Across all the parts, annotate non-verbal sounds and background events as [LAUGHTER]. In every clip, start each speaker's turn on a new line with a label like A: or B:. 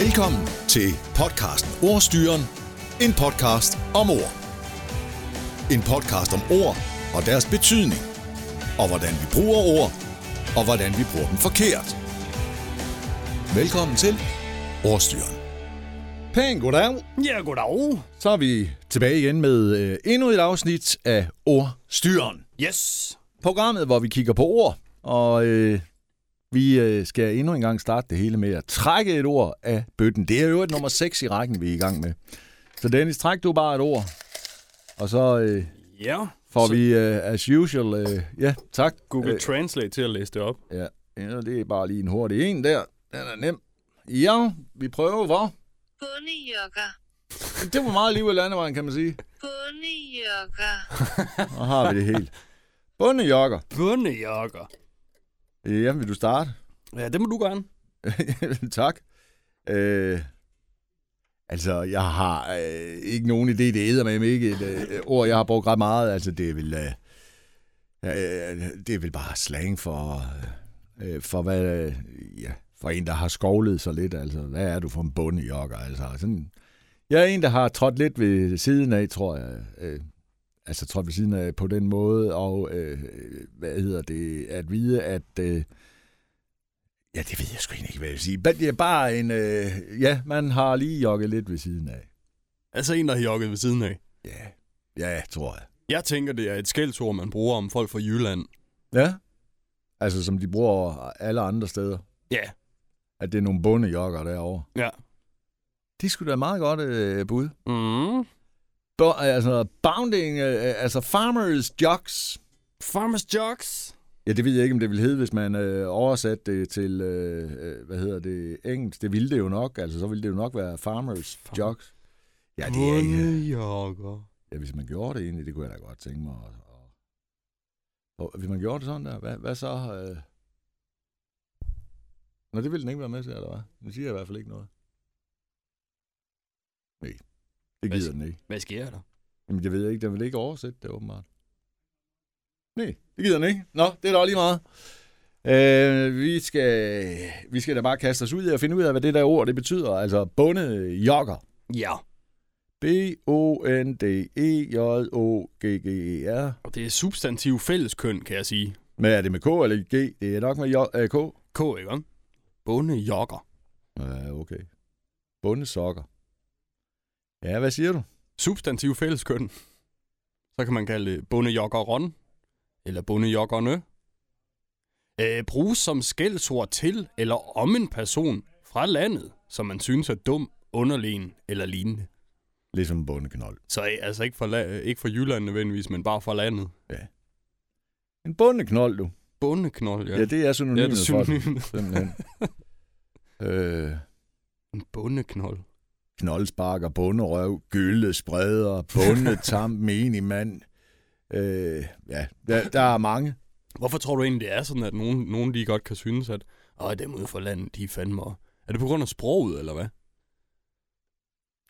A: Velkommen til podcasten Ordstyren. En podcast om ord. En podcast om ord og deres betydning. Og hvordan vi bruger ord, og hvordan vi bruger dem forkert. Velkommen til Ordstyren. Pæn goddag.
B: Ja, goddag.
A: Så er vi tilbage igen med øh, endnu et afsnit af Ordstyren.
B: Yes.
A: programmet, hvor vi kigger på ord, og øh, vi øh, skal endnu en gang starte det hele med at trække et ord af bøtten. Det er jo et nummer 6 i rækken, vi er i gang med. Så Dennis, træk du bare et ord, og så øh,
B: Ja.
A: får
B: Så
A: så... vi øh, as usual... Øh, ja, tak.
C: Google
A: Øh,
C: øh. Translate til at læse det op.
A: ja, ja, det er bare lige en hurtig en der. Den er nem. Ja, vi prøver, hvor?
D: Bundejokker.
A: Det var meget liv i landevejen, kan man sige.
D: Bundejokker.
A: Og har vi det helt. Bundejokker.
B: Bønnejakker.
A: Ja, vil du starte?
B: Ja, det må du gerne.
A: [LAUGHS] tak. Øh, altså, jeg har øh, ikke nogen idé, det æder med ikke et øh, ord, jeg har brugt ret meget. Altså, det er vel, øh, øh, det er vel bare slang for, øh, for hvad, øh, ja, for en, der har skovlet sig lidt. Altså, hvad er du for en bundejokker? Altså, sådan, jeg er en, der har trådt lidt ved siden af, tror jeg. Øh, altså, trådt ved siden af på den måde, og øh, hvad hedder det, at vide, at... Øh, Ja, det ved jeg sgu egentlig ikke, hvad jeg vil sige. Men det er bare en... Øh, ja, man har lige jogget lidt ved siden af.
C: Altså en, der har jogget ved siden af.
A: Ja, ja tror jeg.
C: Jeg tænker, det er et skældsord, man bruger om folk fra Jylland.
A: Ja? Altså, som de bruger over alle andre steder.
C: Ja.
A: At det er nogle bundejogger derovre.
C: Ja.
A: Det skulle da meget godt øh, bud.
C: Mm.
A: Bo, altså, bounding, øh, altså farmers jogs.
C: Farmers Jocks.
A: Ja, det ved jeg ikke, om det ville hedde, hvis man øh, oversatte det til, øh, øh, hvad hedder det, engelsk. Det ville det jo nok. Altså, så ville det jo nok være farmers jogs. Ja, det er ikke...
C: Bundejakker.
A: Ja, hvis man gjorde det egentlig, det kunne jeg da godt tænke mig. Og, og, og hvis man gjorde det sådan der, hvad, hvad så? Øh... Nå, det ville den ikke være med til, eller hvad? Den siger i hvert fald ikke noget. Nej, det
B: Hvad
A: gider
B: sk-
A: den ikke.
B: Hvad sker der?
A: Jamen, det ved jeg ikke. Den vil ikke oversætte det, åbenbart. Nej, det gider den ikke. Nå, det er da lige meget. Øh, vi, skal, vi skal da bare kaste os ud i at finde ud af, hvad det der ord det betyder. Altså, bundet jogger.
B: Ja.
A: E B-O-N-D-E-J-O-G-G-E-R.
C: Og det er substantiv fælleskøn, kan jeg sige.
A: E Men er det med K eller G? Det er nok med J, øh, K.
C: K, ikke om? Bundejakker.
A: Ja, Øh, okay. Bundesokker. Ja, hvad siger du?
C: Substantiv fælleskøn. Så kan man kalde det bundejokkeren. Eller bundejokkerne. Øh, bruges som skældsord til eller om en person fra landet, som man synes er dum, underlegen eller lignende.
A: Ligesom bundeknold.
C: Så øh, altså ikke fra, la- øh, ikke fra Jylland nødvendigvis, men bare fra landet.
A: En bundeknold, du.
C: Bondeknold, ja.
A: Ja, det er synonymet
C: Ja, det er
A: for det.
C: synonymet.
A: Simpelthen. øh,
C: En bondeknold.
A: knoldsparker, bunderøv, gylde, spreder, bundetam, [LAUGHS] menigmand. Øh, ja, der, der er mange.
C: Hvorfor tror du egentlig, det er sådan, at nogen, nogen de godt kan synes, at Åh, dem ude fra landet, de er fandme... Er det på grund af sproget, eller hvad? [LAUGHS]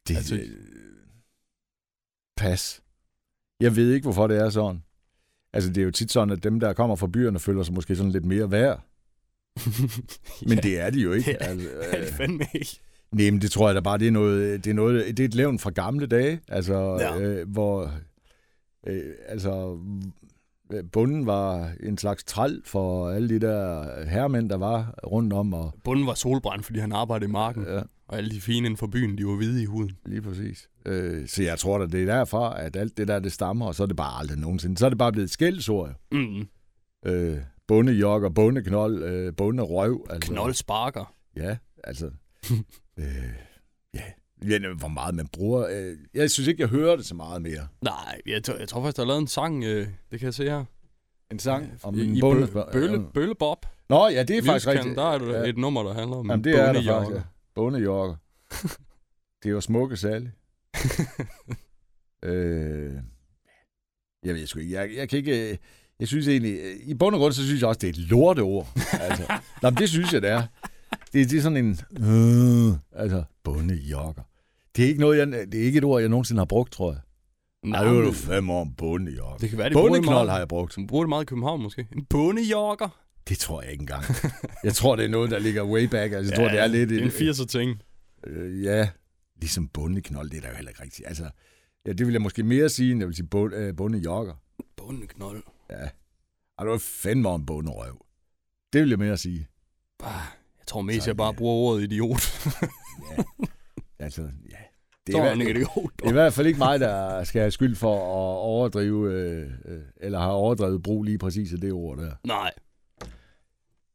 A: Det,
C: Altså-
A: øh, pas. Jeg ved ikke, hvorfor det er sådan. Altså, det er jo tit sådan, at dem, der kommer fra byerne, føler sig måske sådan lidt mere værd. Men ja. det er de jo
C: [LAUGHS]
A: ikke.
C: Det er-
A: altså,
C: er det
A: øh,
C: fandme ikke.
A: nej, men det tror jeg da bare, det er, noget, det er, noget, det er et levn fra gamle dage, altså, ja.
C: Ja.
A: øh, hvor øh, altså, øh, bunden var en slags træl for alle de der herremænd, der var rundt om. Og, øh,
C: Bunden var solbrændt, fordi han arbejdede i marken,
A: ja,
C: og alle de fine inden for byen, de var hvide i huden.
A: lige præcis. Øh, så jeg tror da, det er derfra, at alt det der, det stammer, og så er det bare aldrig nogensinde. Så er det bare blevet et skældsord. jo.
C: Mm.
A: Øh, bundejogger, bundeknold, øh, bunderøv. Altså.
C: Knold sparker.
A: Ja, altså... [LAUGHS] øh, ja. ja, nu, hvor meget man bruger... Øh, jeg synes ikke, jeg hører det så meget mere.
C: Nej, jeg, tror- jeg tror faktisk, der er lavet en sang, øh, det kan jeg se her.
A: En sang om
C: I,
A: en
C: i
A: bunde...
C: bø- bølle, Bøllebob.
A: Nå, ja, det er faktisk
C: Musical,
A: rigtigt.
C: Der er et,
A: Ja.
C: et nummer, der handler om
A: Jamen, det er der
C: bondejakker.
A: faktisk, ja. [LAUGHS]
C: [LAUGHS]
A: Bundejogger. det var smukke særlig. øh, jeg ved sgu ikke. Jeg, jeg kan ikke... øh, Jeg synes egentlig... øh, I bund og grund, så synes jeg også, det er et
C: [LAUGHS]
A: lorteord. altså, nå, men det synes jeg, det er. Det, det er sådan en... Øh, altså, bundejogger. Det er, ikke noget, jeg, det er ikke et ord, jeg nogensinde har brugt, tror jeg. Nej,
C: Nej,
A: det var
C: men
A: du fem år om bundejogger.
C: Det kan være, de bruger det
A: Bundeknold
C: meget.
A: har jeg brugt.
C: Som bruger det meget i København måske. En bundejokker.
A: Det tror jeg ikke engang. jeg tror, det er noget, der ligger way back. Altså, jeg tror, det er lidt...
C: en
A: et-
C: 80'er ting.
A: Øh, ja, ligesom bundeknold, det er der jo heller ikke rigtigt. Altså, ja, det vil jeg måske mere sige, end jeg vil sige bund, øh, bundejokker.
C: Bundeknold.
A: Ja. Og det var fandme om bunderøv. Det vil jeg mere sige.
C: Bah, jeg tror mest,
A: Så,
C: jeg bare
A: ja.
C: bruger ordet idiot.
A: [LAUGHS] Altså, ja.
C: Det
A: i
C: er
A: hvert-
C: en idiot.
A: Det er i hvert fald ikke mig, der skal have skyld for at overdrive, øh, øh, eller har overdrevet brug lige præcis af det ord der.
C: Nej,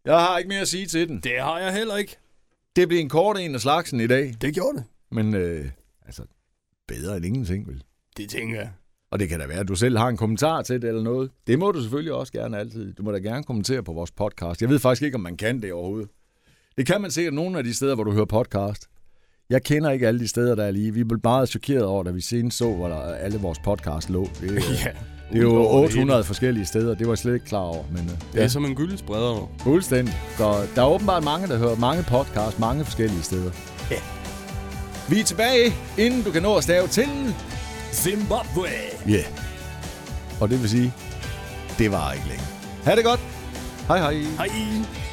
A: Jeg har ikke mere at sige til den.
C: det har jeg heller ikke.
A: Det blev en kort en af slagsen i dag,
C: Det gjorde det.
A: men øh, altså, bedre end ingenting, vel?
C: Det tænker jeg.
A: Og det kan da være, at du selv har en kommentar til det eller noget. Det må du selvfølgelig også gerne altid. Du må da gerne kommentere på vores podcast. Jeg ved faktisk ikke, om man kan det overhovedet. Det kan man sikkert nogle af de steder, hvor du hører podcast. Jeg kender ikke alle de steder, der er lige. Vi blev meget chokeret over, da vi senest så, hvor der alle vores podcast lå. Det, øh,
C: [LAUGHS] Ja.
A: Det er jo
C: Udover det
A: 800 forskellige steder, det var jeg slet ikke klar over. Men,
C: hele.
A: uh,
C: Det
A: ja,
C: er som en gyldespreder nu.
A: fuldstændig. Så der er åbenbart mange, der hører mange podcasts, mange forskellige steder.
C: Ja.
A: Vi er tilbage, inden du kan nå at stave til.
C: Zimbabwe!
A: Ja. Yeah. Og det vil sige, det var ikke længe. Ha' det godt. Hej hej.
C: Hej!